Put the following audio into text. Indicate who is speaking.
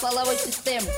Speaker 1: половой системы.